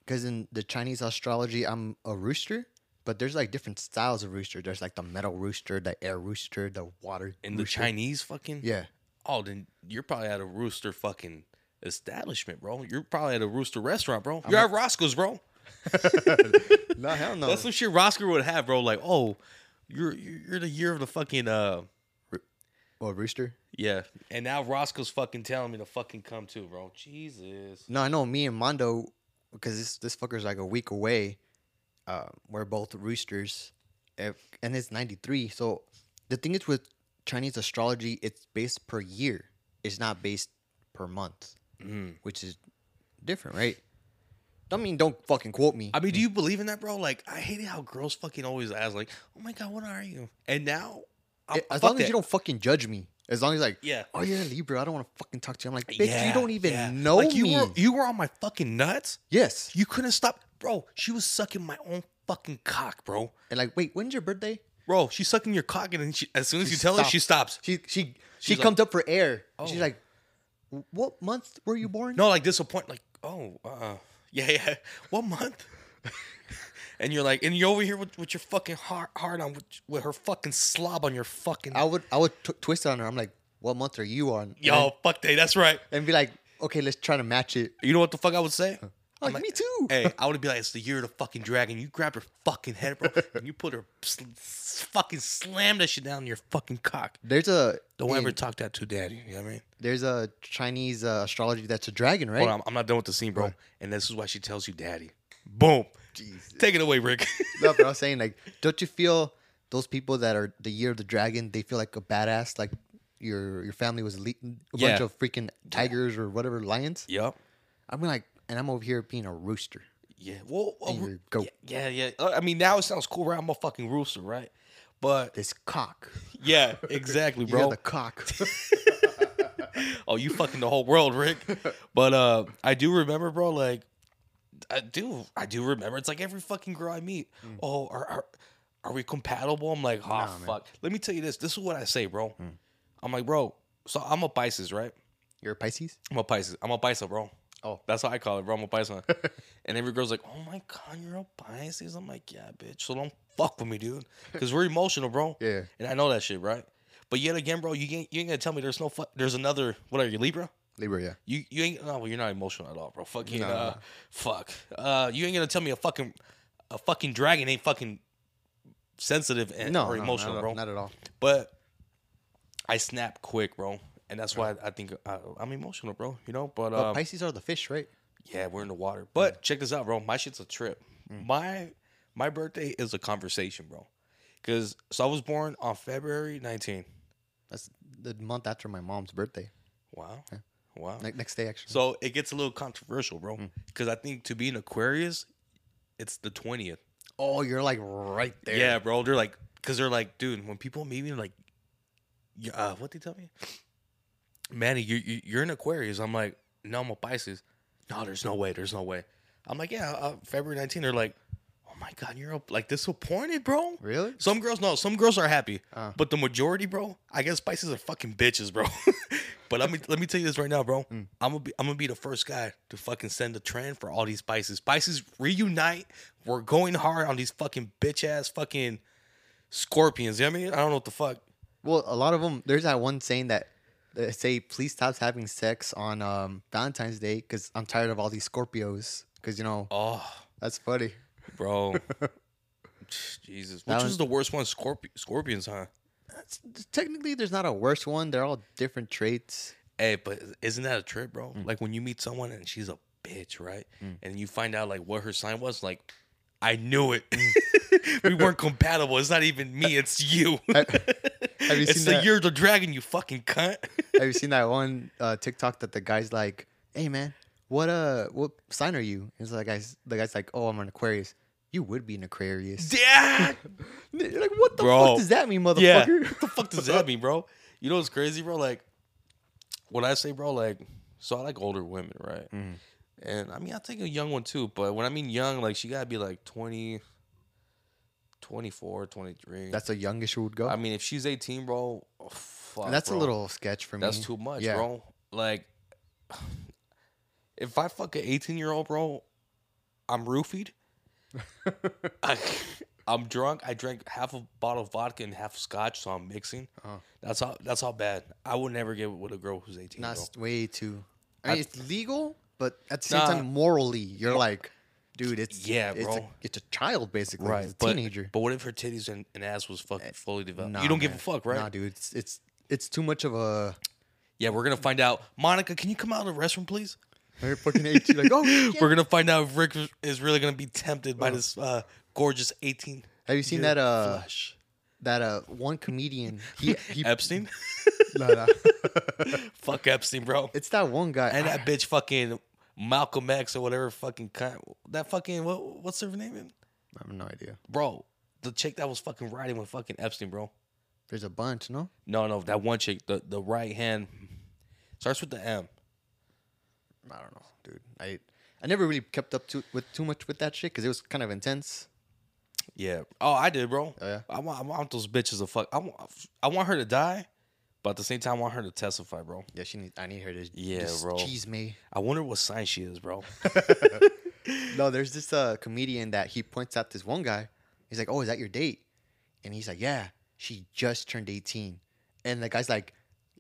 [SPEAKER 2] because in the Chinese astrology, I'm a rooster. But there's like different styles of rooster. There's like the metal rooster, the air rooster, the water.
[SPEAKER 1] And the Chinese fucking
[SPEAKER 2] Yeah.
[SPEAKER 1] Oh, then you're probably at a rooster fucking establishment, bro. You're probably at a Rooster restaurant, bro. You're at Roscoe's, bro.
[SPEAKER 2] No, hell no.
[SPEAKER 1] That's some shit Roscoe would have, bro. Like, oh, you're you're you're the year of the fucking uh
[SPEAKER 2] Or rooster.
[SPEAKER 1] yeah. And now Roscoe's fucking telling me to fucking come too, bro. Jesus.
[SPEAKER 2] No, I know me and Mondo, because this this fucker's like a week away. Uh, we're both roosters, if, and it's ninety three. So the thing is with Chinese astrology, it's based per year. It's not based per month,
[SPEAKER 1] Mm-hmm.
[SPEAKER 2] which is different, right? I mean, don't fucking quote me.
[SPEAKER 1] I mean, do you believe in that, bro? Like, I hate it how girls fucking always ask, like, "Oh my god, what are you?" And now, I'm,
[SPEAKER 2] as
[SPEAKER 1] fuck
[SPEAKER 2] long as you
[SPEAKER 1] that.
[SPEAKER 2] don't fucking judge me. As long as like,
[SPEAKER 1] Yeah.
[SPEAKER 2] oh you're a Libra, I don't want to fucking talk to you. I'm like, bitch,
[SPEAKER 1] Yeah,
[SPEAKER 2] you don't even
[SPEAKER 1] yeah.
[SPEAKER 2] know
[SPEAKER 1] like, you
[SPEAKER 2] me.
[SPEAKER 1] Were, you were on my fucking nuts.
[SPEAKER 2] yes,
[SPEAKER 1] You couldn't stop, bro. She was sucking my own fucking cock, bro.
[SPEAKER 2] and like, wait, when's your birthday?
[SPEAKER 1] Bro, she's sucking your cock, and then she, as soon as
[SPEAKER 2] She
[SPEAKER 1] you tell her, she
[SPEAKER 2] stopped.
[SPEAKER 1] stops.
[SPEAKER 2] She she she
[SPEAKER 1] She's like-
[SPEAKER 2] comes up for air.
[SPEAKER 1] Oh.
[SPEAKER 2] She's like, "What month were you born?"
[SPEAKER 1] No, like disappoint, like, oh, uh, yeah, yeah. What month? and you're like, and you're over here with, with your fucking heart, hard on, with, with her fucking slob on your fucking.
[SPEAKER 2] I would I would t- twist on her. I'm like, "What month are you on?"
[SPEAKER 1] Yo, fuck day. That's right.
[SPEAKER 2] and be like, "Okay, let's try to match it."
[SPEAKER 1] You know what the fuck I would say?
[SPEAKER 2] Like, me too.
[SPEAKER 1] hey, I would be like, it's the year of the fucking dragon. You grabbed her fucking head, bro, and you put her sl- s- fucking slam that shit down your fucking cock.
[SPEAKER 2] There's a
[SPEAKER 1] Don't ever
[SPEAKER 2] in-
[SPEAKER 1] talk that to daddy. You know what I mean?
[SPEAKER 2] there's a Chinese uh, astrology that's a dragon, right?
[SPEAKER 1] Hold on, I'm not done with the scene, bro. And this is why she tells you daddy. Boom.
[SPEAKER 2] Jesus.
[SPEAKER 1] Take it away, Rick.
[SPEAKER 2] no, but I was saying like, don't you feel those people that are the year of the dragon? They feel like a badass, like. Your, your family was le- a
[SPEAKER 1] Yeah.
[SPEAKER 2] bunch of freaking tigers or whatever lions.
[SPEAKER 1] yep.
[SPEAKER 2] I'm like, and I'm over here being a rooster.
[SPEAKER 1] Yeah. Well, uh,
[SPEAKER 2] Here,
[SPEAKER 1] yeah,
[SPEAKER 2] go.
[SPEAKER 1] Yeah, yeah. Uh, I mean, now it sounds cool, right? I'm a fucking rooster, right? But
[SPEAKER 2] This cock,
[SPEAKER 1] yeah, exactly,
[SPEAKER 2] you
[SPEAKER 1] bro.
[SPEAKER 2] the cock.
[SPEAKER 1] oh, you fucking the whole world, Rick. But uh, I do remember, bro. Like, I do, I do remember. It's like every fucking girl I meet.
[SPEAKER 2] Mm.
[SPEAKER 1] Oh, are, are are we compatible? I'm like, oh fuck. Let me tell you this. This is what I say, bro.
[SPEAKER 2] Mm.
[SPEAKER 1] I'm like, bro. So I'm a Pisces, right?
[SPEAKER 2] You're a Pisces?
[SPEAKER 1] I'm a Pisces. I'm a Pisces, bro.
[SPEAKER 2] Oh.
[SPEAKER 1] that's how I call it, bro. I'm a Pisces. and every girl's like, oh my god, you're a Pisces. I'm like, yeah, bitch. So don't fuck with me, dude, because we're emotional, bro.
[SPEAKER 2] Yeah.
[SPEAKER 1] And I know that shit, right? But yet again, bro, you ain't, you ain't gonna tell me there's no fu- there's another what are you Libra?
[SPEAKER 2] Libra, yeah.
[SPEAKER 1] You you ain't oh well, you're not emotional at all, bro. Fucking
[SPEAKER 2] No.
[SPEAKER 1] uh, fuck. Uh, you ain't gonna tell me a fucking a fucking dragon ain't fucking sensitive and
[SPEAKER 2] No,
[SPEAKER 1] or emotional,
[SPEAKER 2] not,
[SPEAKER 1] bro.
[SPEAKER 2] Not at all.
[SPEAKER 1] but I snap quick, bro, and that's why I think I, I'm emotional, bro. You know, but,
[SPEAKER 2] But
[SPEAKER 1] um,
[SPEAKER 2] Pisces are the fish, right?
[SPEAKER 1] yeah, we're in the water. But check this out, bro. My shit's a trip. My my birthday is a conversation, bro. Cause so I was born on February 19.
[SPEAKER 2] That's the month after my mom's birthday.
[SPEAKER 1] Wow, wow.
[SPEAKER 2] Ne- next day, actually.
[SPEAKER 1] So it gets a little controversial, bro. Because I think to be an Aquarius, it's the twentieth.
[SPEAKER 2] oh, you're like right there.
[SPEAKER 1] Yeah, bro. They're like, because they're like, dude. When people meet me, they're like, yeah, uh, what they tell me, Manny, you, you you're an Aquarius. I'm like, no, I'm a Pisces. No, there's no way. There's no way. I'm like, yeah, uh, February 19. They're like, oh my god, you're a, like disappointed, bro.
[SPEAKER 2] Really?
[SPEAKER 1] Some girls, no. Some girls are happy,
[SPEAKER 2] Uh.
[SPEAKER 1] but the majority, bro. I guess Pisces are fucking bitches, bro. but let me let me tell you this right now, bro.
[SPEAKER 2] Mm.
[SPEAKER 1] I'm gonna be I'm gonna be the first guy to fucking send a trend for all these Pisces. Pisces reunite. We're going hard on these fucking bitch ass fucking scorpions. You know what I mean? I don't know what the fuck.
[SPEAKER 2] Well, a lot of them, there's that one saying that they say, please stop having sex on um, Valentine's Day because I'm tired of all these Scorpios. Because, you know,
[SPEAKER 1] Oh,
[SPEAKER 2] that's funny.
[SPEAKER 1] bro. Jesus, which
[SPEAKER 2] That
[SPEAKER 1] was
[SPEAKER 2] was-
[SPEAKER 1] the worst one? Scorpi- scorpions, huh?
[SPEAKER 2] That's, technically, there's not a worse one. They're all different traits.
[SPEAKER 1] Hey, but isn't that a trip, bro?
[SPEAKER 2] Mm.
[SPEAKER 1] Like when you meet someone and she's a bitch, right? And you find out like what her sign was, like, I knew it. we weren't compatible. It's not even me, it's you.
[SPEAKER 2] Mm. have you
[SPEAKER 1] it's
[SPEAKER 2] seen
[SPEAKER 1] the
[SPEAKER 2] that-
[SPEAKER 1] year of the dragon, you fucking cunt.
[SPEAKER 2] Have you seen that one uh, TikTok that the guy's like, "Hey man, what uh, what sign are you?" And so the guy's the guy's like, "Oh, I'm an Aquarius." You would be an Aquarius.
[SPEAKER 1] yeah.
[SPEAKER 2] You're like, what the
[SPEAKER 1] Bro.
[SPEAKER 2] fuck does that mean,
[SPEAKER 1] yeah.
[SPEAKER 2] motherfucker?
[SPEAKER 1] What the fuck does that mean, bro? You know what's crazy, bro? Like, what I say, bro, like, so I like older women, right?
[SPEAKER 2] Mm.
[SPEAKER 1] And I mean, I take a young one too, but when I mean young, like, she gotta be like 20, 24, 23.
[SPEAKER 2] That's the youngest you would go.
[SPEAKER 1] I mean, if she's 18, bro, oh, fuck.
[SPEAKER 2] And that's
[SPEAKER 1] bro.
[SPEAKER 2] a little sketch for me.
[SPEAKER 1] That's too much,
[SPEAKER 2] Yeah.
[SPEAKER 1] bro. Like, if I fuck an 18 year old, bro, I'm roofied. I, I'm drunk. I drank half a bottle of vodka and half scotch, so I'm mixing.
[SPEAKER 2] Uh-huh.
[SPEAKER 1] That's how. That's how bad. I would never get with a girl who's 18.
[SPEAKER 2] Nah,
[SPEAKER 1] bro.
[SPEAKER 2] it's way too. I mean, it's legal, but at the same
[SPEAKER 1] Nah.
[SPEAKER 2] time, morally, you're like, dude, it's
[SPEAKER 1] Yeah,
[SPEAKER 2] it's A,
[SPEAKER 1] bro.
[SPEAKER 2] it's a child basically, it's a
[SPEAKER 1] but,
[SPEAKER 2] teenager. Eh,
[SPEAKER 1] But what if her titties and, and ass was fucking fully developed?
[SPEAKER 2] Nah,
[SPEAKER 1] you don't give
[SPEAKER 2] man.
[SPEAKER 1] a fuck, right?
[SPEAKER 2] Nah, dude, it's it's it's too much of a
[SPEAKER 1] Yeah, we're gonna find out. Monica, can you come out of the restroom, please?
[SPEAKER 2] very fucking eighteen. Like, oh, shit.
[SPEAKER 1] We're gonna find out if Rick is really gonna be tempted by this uh, gorgeous eighteen.
[SPEAKER 2] have you seen
[SPEAKER 1] year
[SPEAKER 2] that uh
[SPEAKER 1] flush.
[SPEAKER 2] that uh one comedian? He, he
[SPEAKER 1] Epstein?
[SPEAKER 2] no, no.
[SPEAKER 1] Fuck Epstein, bro.
[SPEAKER 2] it's that one guy.
[SPEAKER 1] And
[SPEAKER 2] I-
[SPEAKER 1] that bitch, fucking Malcolm X or whatever, fucking kind. That fucking what? What's her name?
[SPEAKER 2] I have no idea.
[SPEAKER 1] Bro, the chick that was fucking riding with fucking Epstein, bro.
[SPEAKER 2] There's a bunch, no?
[SPEAKER 1] No, no, that one chick, the the right hand starts with the M.
[SPEAKER 2] I don't know, dude. I I never really kept up to with too much with that shit because it was kind of intense.
[SPEAKER 1] Yeah. Oh, I did, bro.
[SPEAKER 2] Oh, yeah?
[SPEAKER 1] I want, I want those bitches to fuck. I want, I want her to die, but at the same time, I want her to testify, bro.
[SPEAKER 2] Yeah, she need. I need her to.
[SPEAKER 1] Yeah,
[SPEAKER 2] just
[SPEAKER 1] bro.
[SPEAKER 2] Cheese me.
[SPEAKER 1] I wonder what sign she is, bro.
[SPEAKER 2] No, there's this uh, comedian that he points out this one guy. He's like, "Oh, is that your date?" And he's like, "Yeah, she just turned 18." And the guy's like,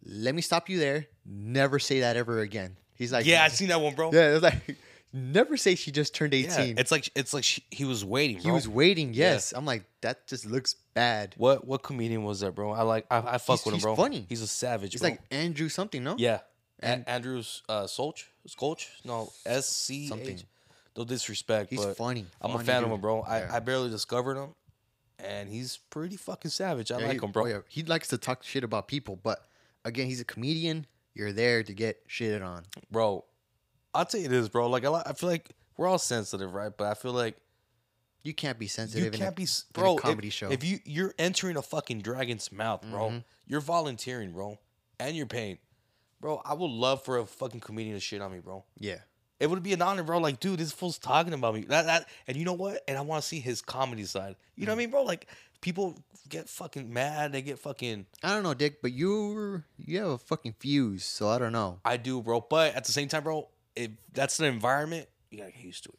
[SPEAKER 2] "Let me stop you there. Never say that ever again." He's like,
[SPEAKER 1] yeah, I seen that one, bro.
[SPEAKER 2] yeah." It's like, never say she just turned 18.
[SPEAKER 1] it's like it's like she, he was waiting. Bro.
[SPEAKER 2] he was waiting. Yes, I'm like, that just looks bad.
[SPEAKER 1] What what comedian was that, bro? I like I, I fuck
[SPEAKER 2] He's-
[SPEAKER 1] with him,
[SPEAKER 2] he's
[SPEAKER 1] bro.
[SPEAKER 2] funny.
[SPEAKER 1] He's a savage.
[SPEAKER 2] He's
[SPEAKER 1] bro.
[SPEAKER 2] like Andrew something, no?
[SPEAKER 1] yeah. And Andrews uh, Solch, Skolch, no S C
[SPEAKER 2] Something.
[SPEAKER 1] No disrespect.
[SPEAKER 2] He's
[SPEAKER 1] but
[SPEAKER 2] funny.
[SPEAKER 1] I'm
[SPEAKER 2] Funny
[SPEAKER 1] a fan of
[SPEAKER 2] dude.
[SPEAKER 1] him, bro. I,
[SPEAKER 2] Yeah.
[SPEAKER 1] I barely discovered him, and he's pretty fucking savage. I
[SPEAKER 2] Yeah,
[SPEAKER 1] like
[SPEAKER 2] he-
[SPEAKER 1] him, bro.
[SPEAKER 2] oh, yeah. He likes to talk shit about people, but again, he's a comedian. You're there to get shitted on.
[SPEAKER 1] bro. I'll tell you this, bro. Like I, li- I feel like we're all sensitive, right? But I feel like
[SPEAKER 2] You can't be
[SPEAKER 1] you
[SPEAKER 2] sensitive.
[SPEAKER 1] can't
[SPEAKER 2] in
[SPEAKER 1] be, s-
[SPEAKER 2] in a
[SPEAKER 1] bro. if-
[SPEAKER 2] comedy show. Mm-hmm.
[SPEAKER 1] If you you're entering a fucking dragon's mouth, bro, you're volunteering, bro, and you're paying, bro. I would love for a fucking comedian to shit on me, bro.
[SPEAKER 2] a, yeah.
[SPEAKER 1] It would be an honor, bro. Like, dude, this fool's talking about me. That, that, and you know what? And I want to see his comedy side. You
[SPEAKER 2] Mm.
[SPEAKER 1] know what I mean, bro? Like, people get fucking mad. They get fucking.
[SPEAKER 2] I don't know, Dick, but you're you have a fucking fuse, so I don't know.
[SPEAKER 1] I do, bro. But at the same time, bro, if that's the environment, you gotta get used to it.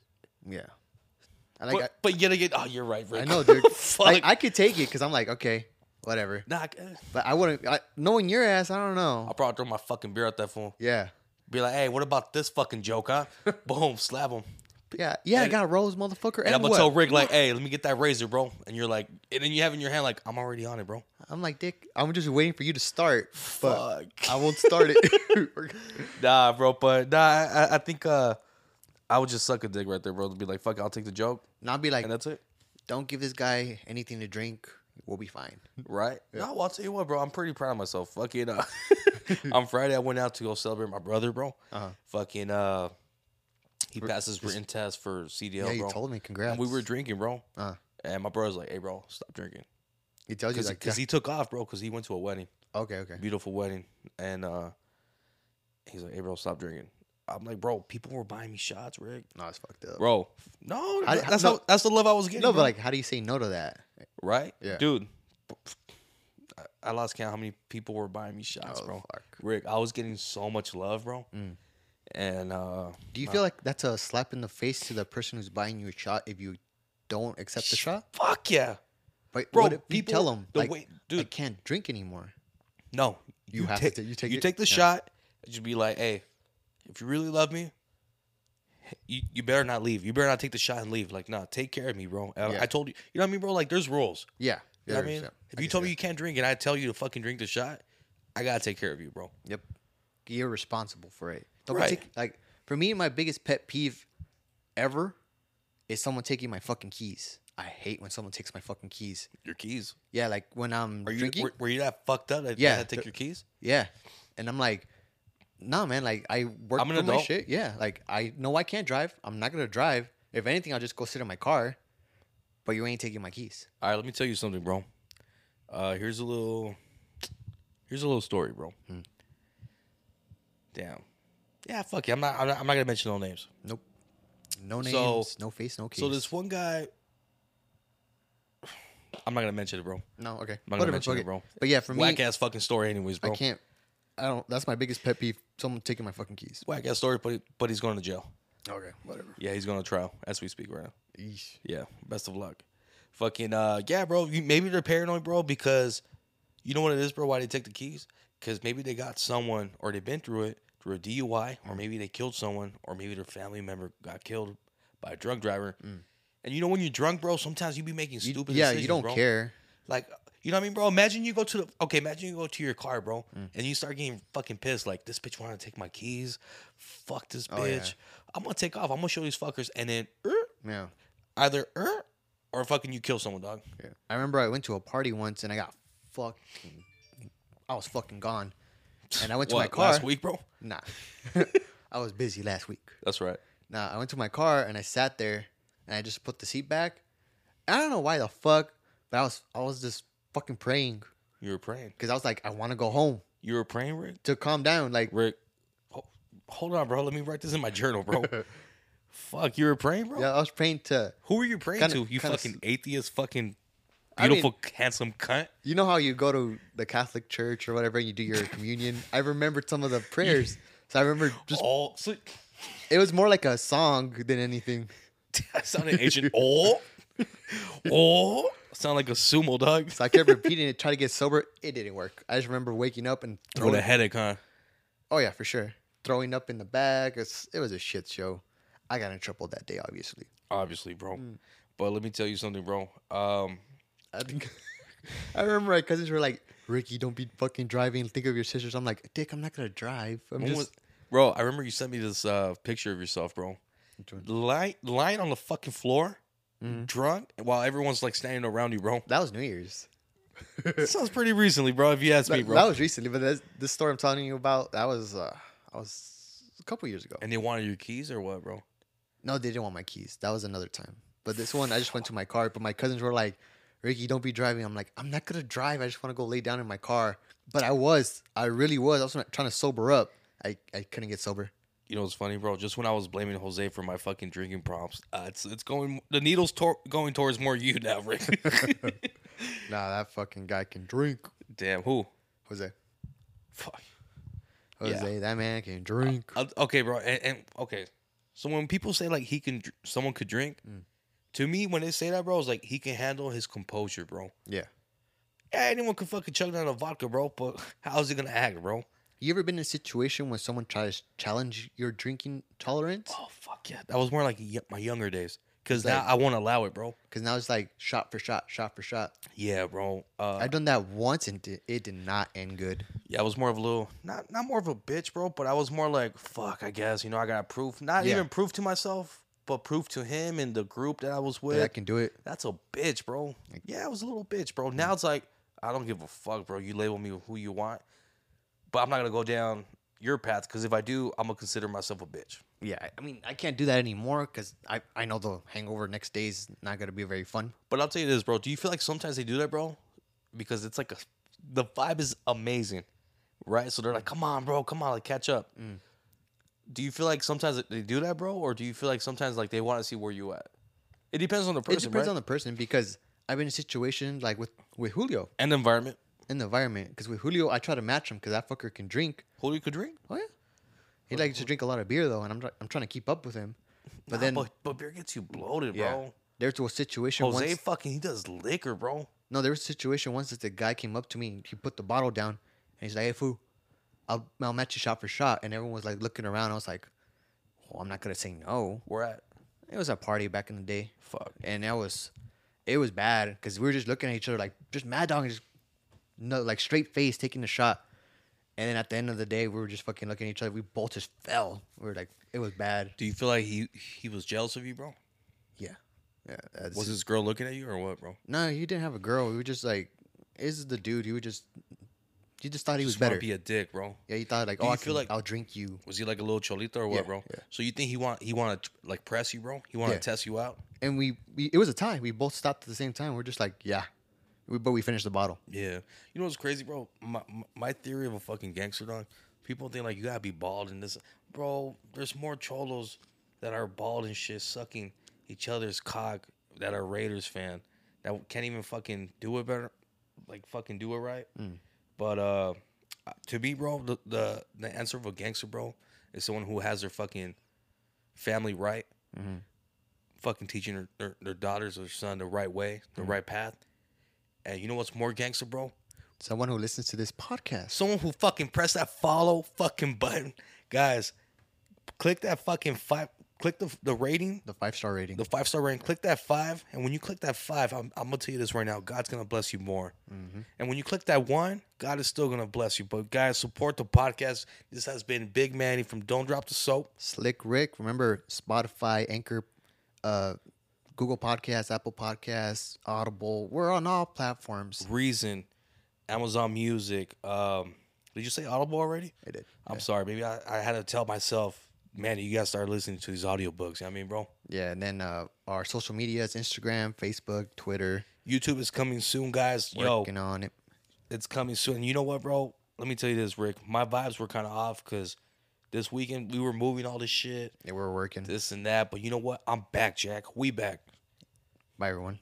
[SPEAKER 2] Yeah. I like.
[SPEAKER 1] but, but yet again, oh, you're right,
[SPEAKER 2] I,
[SPEAKER 1] Rick.
[SPEAKER 2] I know, dude.
[SPEAKER 1] Fuck.
[SPEAKER 2] like, I could take it because I'm like, okay, whatever.
[SPEAKER 1] Nah, I, eh.
[SPEAKER 2] But I wouldn't. I, knowing your ass, I don't
[SPEAKER 1] I'll
[SPEAKER 2] know.
[SPEAKER 1] probably throw my fucking beer at that fool.
[SPEAKER 2] Yeah.
[SPEAKER 1] Be like, hey, what about this fucking joke, huh? Boom, slap him.
[SPEAKER 2] Yeah. Yeah. I
[SPEAKER 1] And-
[SPEAKER 2] got a rose, motherfucker. And,
[SPEAKER 1] And I'm gonna
[SPEAKER 2] what?
[SPEAKER 1] tell Rick, like, hey, let me get that razor, bro. And you're like, and then you have in your hand, like, I'm already on it, bro.
[SPEAKER 2] I'm like, Dick. I'm just waiting for you to start, but
[SPEAKER 1] Fuck.
[SPEAKER 2] I won't start it.
[SPEAKER 1] Nah, bro, but nah, I, I- I think uh, I would just suck a dick right there, bro. To be like, fuck, it, I'll take the joke,
[SPEAKER 2] and I'll be like,
[SPEAKER 1] and that's it,
[SPEAKER 2] don't give this guy anything to drink. We'll be fine.
[SPEAKER 1] right? No, well, I'll tell you what, bro. I'm pretty proud of myself. Fucking, uh, on Friday I went out to go celebrate my brother, bro.
[SPEAKER 2] Uh-huh.
[SPEAKER 1] Fucking, uh, he passed his written test for CDL,
[SPEAKER 2] yeah,
[SPEAKER 1] bro.
[SPEAKER 2] you told me. Congrats.
[SPEAKER 1] and we were drinking, bro.
[SPEAKER 2] Uh,
[SPEAKER 1] And my brother's like, "Hey, bro, stop drinking,"
[SPEAKER 2] he tells you
[SPEAKER 1] because
[SPEAKER 2] like,
[SPEAKER 1] because he took off, bro, because he went to a wedding,
[SPEAKER 2] okay, okay.
[SPEAKER 1] beautiful wedding, and uh, he's like, "Hey, bro, stop drinking." I'm like, "Bro, people were buying me shots, Rick."
[SPEAKER 2] No, it's fucked up.
[SPEAKER 1] bro. No,
[SPEAKER 2] I-
[SPEAKER 1] that's
[SPEAKER 2] no.
[SPEAKER 1] how, that's the love I was getting.
[SPEAKER 2] No, but
[SPEAKER 1] bro.
[SPEAKER 2] like, how do you say no to that?
[SPEAKER 1] right,
[SPEAKER 2] Yeah.
[SPEAKER 1] dude. I- I lost count how many people were buying me shots,
[SPEAKER 2] Oh,
[SPEAKER 1] bro.
[SPEAKER 2] fuck. Mm.
[SPEAKER 1] Rick, I was getting so much love, bro. And uh,
[SPEAKER 2] Do you feel like that's a slap in the face to the person who's buying you a shot if you don't accept the shot?
[SPEAKER 1] fuck yeah,
[SPEAKER 2] But
[SPEAKER 1] bro.
[SPEAKER 2] what if you
[SPEAKER 1] people
[SPEAKER 2] tell them
[SPEAKER 1] the
[SPEAKER 2] like,
[SPEAKER 1] way,
[SPEAKER 2] I
[SPEAKER 1] dude.
[SPEAKER 2] can't drink anymore.
[SPEAKER 1] No,
[SPEAKER 2] You have
[SPEAKER 1] take,
[SPEAKER 2] to- you take
[SPEAKER 1] you
[SPEAKER 2] it?
[SPEAKER 1] take the
[SPEAKER 2] Yeah.
[SPEAKER 1] shot. And you be like, hey, if you really love me, you, you better not leave. You better not take the shot and leave. Like, nah, take care of me, bro. I,
[SPEAKER 2] Yeah.
[SPEAKER 1] I told you, you know what I mean, bro. Like, there's rules.
[SPEAKER 2] Yeah,
[SPEAKER 1] You know what I
[SPEAKER 2] there
[SPEAKER 1] mean,
[SPEAKER 2] is, yeah.
[SPEAKER 1] if
[SPEAKER 2] I
[SPEAKER 1] you
[SPEAKER 2] can
[SPEAKER 1] told
[SPEAKER 2] see
[SPEAKER 1] me you can't drink and I tell you to fucking drink the shot, I gotta take care of you, bro.
[SPEAKER 2] that. yep, you're responsible for it. Don't
[SPEAKER 1] Right.
[SPEAKER 2] take, like for me, my biggest pet peeve ever is someone taking my fucking keys. I hate when someone takes my fucking keys.
[SPEAKER 1] Your keys.
[SPEAKER 2] Yeah, like when I'm
[SPEAKER 1] Are you
[SPEAKER 2] drinking.
[SPEAKER 1] were, were you that fucked up? That yeah,
[SPEAKER 2] Yeah,
[SPEAKER 1] I had to take
[SPEAKER 2] the-
[SPEAKER 1] your keys.
[SPEAKER 2] Yeah. And I'm like, nah, man, like I work
[SPEAKER 1] I'm an
[SPEAKER 2] for my
[SPEAKER 1] adult.
[SPEAKER 2] shit. Yeah. Like I know I can't drive. I'm not gonna drive. If anything, I'll just go sit in my car. But you ain't taking my keys.
[SPEAKER 1] All right, let me tell you something, bro. Uh, here's a little, here's a little story, bro.
[SPEAKER 2] Hmm.
[SPEAKER 1] Damn. Yeah, fuck you. I'm not. I'm not, I'm not gonna mention no names.
[SPEAKER 2] Nope. No names,
[SPEAKER 1] So-
[SPEAKER 2] no face, no case.
[SPEAKER 1] So this one guy, I'm not gonna mention it, bro.
[SPEAKER 2] no, okay.
[SPEAKER 1] not gonna
[SPEAKER 2] Whatever,
[SPEAKER 1] mention
[SPEAKER 2] fuck
[SPEAKER 1] it,
[SPEAKER 2] it.
[SPEAKER 1] bro.
[SPEAKER 2] But yeah, for
[SPEAKER 1] Whack
[SPEAKER 2] me,
[SPEAKER 1] ass fucking story, anyways,
[SPEAKER 2] I
[SPEAKER 1] bro.
[SPEAKER 2] can't I don't that's my biggest pet peeve. Someone taking my fucking keys.
[SPEAKER 1] Whack ass story, but he, but he's going to jail.
[SPEAKER 2] Okay, whatever.
[SPEAKER 1] Yeah, he's going to trial as we speak right now.
[SPEAKER 2] Yeesh.
[SPEAKER 1] Yeah, best of luck. Fucking uh, yeah, bro. You, maybe they're paranoid, bro, because you know what it is, bro. Why they take the keys? because maybe they got someone or they've been through it through a DUI, or maybe they killed someone, or maybe their family member got killed by a drunk driver. And you know, when you're drunk, bro, sometimes you be making stupid.
[SPEAKER 2] yeah, Mm. you
[SPEAKER 1] decisions,
[SPEAKER 2] don't
[SPEAKER 1] bro.
[SPEAKER 2] care.
[SPEAKER 1] Like, you know what I mean, bro? Imagine you go to the okay. Imagine you go to your car, bro, and you start getting fucking pissed. Like this bitch wanted to take my keys. Fuck this bitch.
[SPEAKER 2] Oh, yeah.
[SPEAKER 1] I'm gonna take off. I'm gonna show these fuckers, and then er,
[SPEAKER 2] Yeah.
[SPEAKER 1] either er, or fucking you kill someone, dog.
[SPEAKER 2] yeah. I remember I went to a party once and I got fucking. I was fucking gone, and I went to my
[SPEAKER 1] What,
[SPEAKER 2] car.
[SPEAKER 1] last week, bro?
[SPEAKER 2] Nah, I was busy last week.
[SPEAKER 1] That's right.
[SPEAKER 2] Nah, I went to my car and I sat there and I just put the seat back. I don't know why the fuck, but I was I was just fucking praying
[SPEAKER 1] You were praying.
[SPEAKER 2] because I was like I want to go home
[SPEAKER 1] You were praying, Rick.
[SPEAKER 2] to calm down. Like
[SPEAKER 1] Rick, ho- hold on, bro. Let me write this in my journal, bro. Fuck, you were praying, bro.
[SPEAKER 2] yeah, I was praying to.
[SPEAKER 1] Who were you praying
[SPEAKER 2] Kinda-
[SPEAKER 1] to? You
[SPEAKER 2] kinda
[SPEAKER 1] fucking
[SPEAKER 2] s-
[SPEAKER 1] atheist, fucking
[SPEAKER 2] I mean-
[SPEAKER 1] beautiful, handsome cunt.
[SPEAKER 2] You know how you go to the Catholic church or whatever and you do your communion. I remembered some of the prayers, so I remember just
[SPEAKER 1] All so,
[SPEAKER 2] it was more like a song than anything.
[SPEAKER 1] I sounded ancient. Oh, oh, sound like a sumo dog.
[SPEAKER 2] So I kept repeating it, trying to get sober. It didn't work. I just remember waking up and
[SPEAKER 1] With
[SPEAKER 2] throwing.
[SPEAKER 1] a headache, huh?
[SPEAKER 2] Oh yeah, for sure. Throwing up in the bag. It's, it was a shit show. I got in trouble that day, obviously.
[SPEAKER 1] Obviously, bro.
[SPEAKER 2] Hmm.
[SPEAKER 1] But let me tell you something, bro. Um,
[SPEAKER 2] I think I remember my cousins were like, "Ricky, don't be fucking driving. Think of your sisters." I'm like, "Dick, I'm not gonna drive. I'm
[SPEAKER 1] when
[SPEAKER 2] just."
[SPEAKER 1] was- bro, I remember you sent me this uh, picture of yourself, bro.
[SPEAKER 2] Which one?
[SPEAKER 1] Lying, lying on the fucking floor,
[SPEAKER 2] Mhm.
[SPEAKER 1] drunk, while everyone's like standing around you, bro.
[SPEAKER 2] that was New Year's.
[SPEAKER 1] That sounds pretty recently, bro. If you ask me,
[SPEAKER 2] That,
[SPEAKER 1] bro.
[SPEAKER 2] that was recently, but that's, this story I'm telling you about, that was uh, I was a couple years ago.
[SPEAKER 1] And they wanted your keys or what, bro?
[SPEAKER 2] No, they didn't want my keys. That was another time. But this one, I just went to my car. But my cousins were like, "Ricky, don't be driving." I'm like, "I'm not gonna drive. I just want to go lay down in my car." But I was, I really was. I was trying to sober up. I, I couldn't get sober.
[SPEAKER 1] You know what's funny, bro? Just when I was blaming Jose for my fucking drinking prompts, uh, it's it's going the needle's tor- going towards more you now, Rick.
[SPEAKER 2] Nah, that fucking guy can drink.
[SPEAKER 1] Damn, who?
[SPEAKER 2] Jose,
[SPEAKER 1] Fuck. Yeah.
[SPEAKER 2] Jose, that man can drink.
[SPEAKER 1] Uh, okay, bro. And, and okay, so when people say like he can, dr- someone could drink, to me when they say that, bro, it's like he can handle his composure, bro.
[SPEAKER 2] Yeah.
[SPEAKER 1] Yeah, anyone can fucking chug down a vodka, bro. But how's he gonna act, bro?
[SPEAKER 2] You ever been in a situation when someone tries to challenge your drinking tolerance?
[SPEAKER 1] Oh fuck yeah, that was more like y- my younger days. Cause now
[SPEAKER 2] Like-
[SPEAKER 1] I won't allow it, bro.
[SPEAKER 2] Because now it's like shot for shot, shot for shot.
[SPEAKER 1] Yeah, bro. Uh,
[SPEAKER 2] I've done that once and di- it did not end good.
[SPEAKER 1] Yeah, I was more of a little not not more of a bitch, bro, but I was more like, fuck, I guess, you know, I got proof. Not
[SPEAKER 2] Yeah.
[SPEAKER 1] even proof to myself, but proof to him and the group that I was with.
[SPEAKER 2] But I can do it.
[SPEAKER 1] That's a bitch, bro. Yeah, I was a little bitch, bro. Now it's like, I don't give a fuck, bro. You label me who you want. But I'm not gonna go down your path because if I do, I'm gonna consider myself a bitch.
[SPEAKER 2] Yeah, I- I mean, I can't do that anymore because I, I know the hangover next day is not going to be very fun.
[SPEAKER 1] But I'll tell you this, bro. Do you feel like sometimes they do that, bro? Because it's like a, the vibe is amazing, right? So they're like, "Come on, bro, come on, like catch up."
[SPEAKER 2] Mm.
[SPEAKER 1] Do you feel like sometimes that they do that, bro, or do you feel like sometimes like they want to see where you at? It depends on the person,
[SPEAKER 2] it depends
[SPEAKER 1] right?
[SPEAKER 2] on the person because I've been in situations like with, with Julio
[SPEAKER 1] and the environment.
[SPEAKER 2] in the environment. Because with Julio, I try to match him because that fucker can drink.
[SPEAKER 1] Who you could drink?
[SPEAKER 2] Oh, yeah. He likes
[SPEAKER 1] Uh-huh.
[SPEAKER 2] to drink a lot of beer, though, and I'm, try- I'm trying to keep up with him. But then,
[SPEAKER 1] but, but beer gets you bloated,
[SPEAKER 2] yeah,
[SPEAKER 1] bro.
[SPEAKER 2] there's a situation
[SPEAKER 1] Jose
[SPEAKER 2] once.
[SPEAKER 1] fucking he does liquor, bro.
[SPEAKER 2] No, there was a situation once that the guy came up to me and he put the bottle down and he's like, "Hey, foo, I'll, I'll match you shot for shot." And everyone was like looking around. I was like, "Well, I'm not gonna say no."
[SPEAKER 1] We're at
[SPEAKER 2] It was a party back in the day,
[SPEAKER 1] fuck.
[SPEAKER 2] and that was, it was bad because we were just looking at each other like just mad dog, and just no like straight face taking the shot. And then at the end of the day, we were just fucking looking at each other. We both just fell. We were like, it was bad.
[SPEAKER 1] Do you feel like he he was jealous of you, bro?
[SPEAKER 2] Yeah, yeah. that's-
[SPEAKER 1] Was this girl looking at you or what, bro?
[SPEAKER 2] no, he didn't have a girl. We were just like, this is the dude. He would just, he just thought he was
[SPEAKER 1] Just wanna
[SPEAKER 2] better.
[SPEAKER 1] Be a dick, bro.
[SPEAKER 2] Yeah, you thought like,
[SPEAKER 1] Do
[SPEAKER 2] oh,
[SPEAKER 1] you
[SPEAKER 2] I
[SPEAKER 1] feel
[SPEAKER 2] can-
[SPEAKER 1] like-
[SPEAKER 2] I'll drink you.
[SPEAKER 1] Was he like a little cholito or what,
[SPEAKER 2] Yeah,
[SPEAKER 1] bro?
[SPEAKER 2] yeah.
[SPEAKER 1] So you think he want he want to like press you, bro? He want to
[SPEAKER 2] Yeah.
[SPEAKER 1] test you out?
[SPEAKER 2] And we, we, it was a tie. We both stopped at the same time. We're just like, yeah, we, but we finished the bottle.
[SPEAKER 1] Yeah. You know what's crazy, bro? My my- my theory of a fucking gangster dog. People think like you gotta be bald and this, bro. There's more cholos that are bald and shit, sucking each other's cock that are Raiders fan that can't even fucking do it better, like fucking do it right. But uh, to me, bro, the, the the answer of a gangster, bro, is someone who has their fucking family right, fucking teaching their, their, their daughters or son the right way, the right path. And you know what's more gangster, bro?
[SPEAKER 2] Someone who listens to this podcast.
[SPEAKER 1] someone who fucking pressed that follow fucking button, guys. Click that fucking five. Click the the rating,
[SPEAKER 2] The five star rating.
[SPEAKER 1] the five star rating. Click that five, and when you click that five, I'm, I'm gonna tell you this right now. God's gonna bless you more. And when you click that one, God is still gonna bless you. But guys, support the podcast. This has been Big Manny from Don't Drop the Soap.
[SPEAKER 2] Slick Rick. Remember Spotify, Anchor, uh, Google Podcasts, Apple Podcasts, Audible. We're on all platforms.
[SPEAKER 1] Reason, Amazon Music. Um, did you say Audible already?
[SPEAKER 2] I did.
[SPEAKER 1] I'm sorry, baby. I, I had to tell myself, man, you gotta start listening to these audiobooks. You know what I mean, bro.
[SPEAKER 2] Yeah, and then uh, our social media is Instagram, Facebook, Twitter.
[SPEAKER 1] YouTube is coming soon, guys. Yo,
[SPEAKER 2] Working on it.
[SPEAKER 1] it's coming soon. You know what, bro? Let me tell you this, Rick. My vibes were kind of off because this weekend we were moving all this shit,
[SPEAKER 2] Yeah, we're working.
[SPEAKER 1] this and that. But you know what? I'm back, Jack. We back.
[SPEAKER 2] Bye, everyone.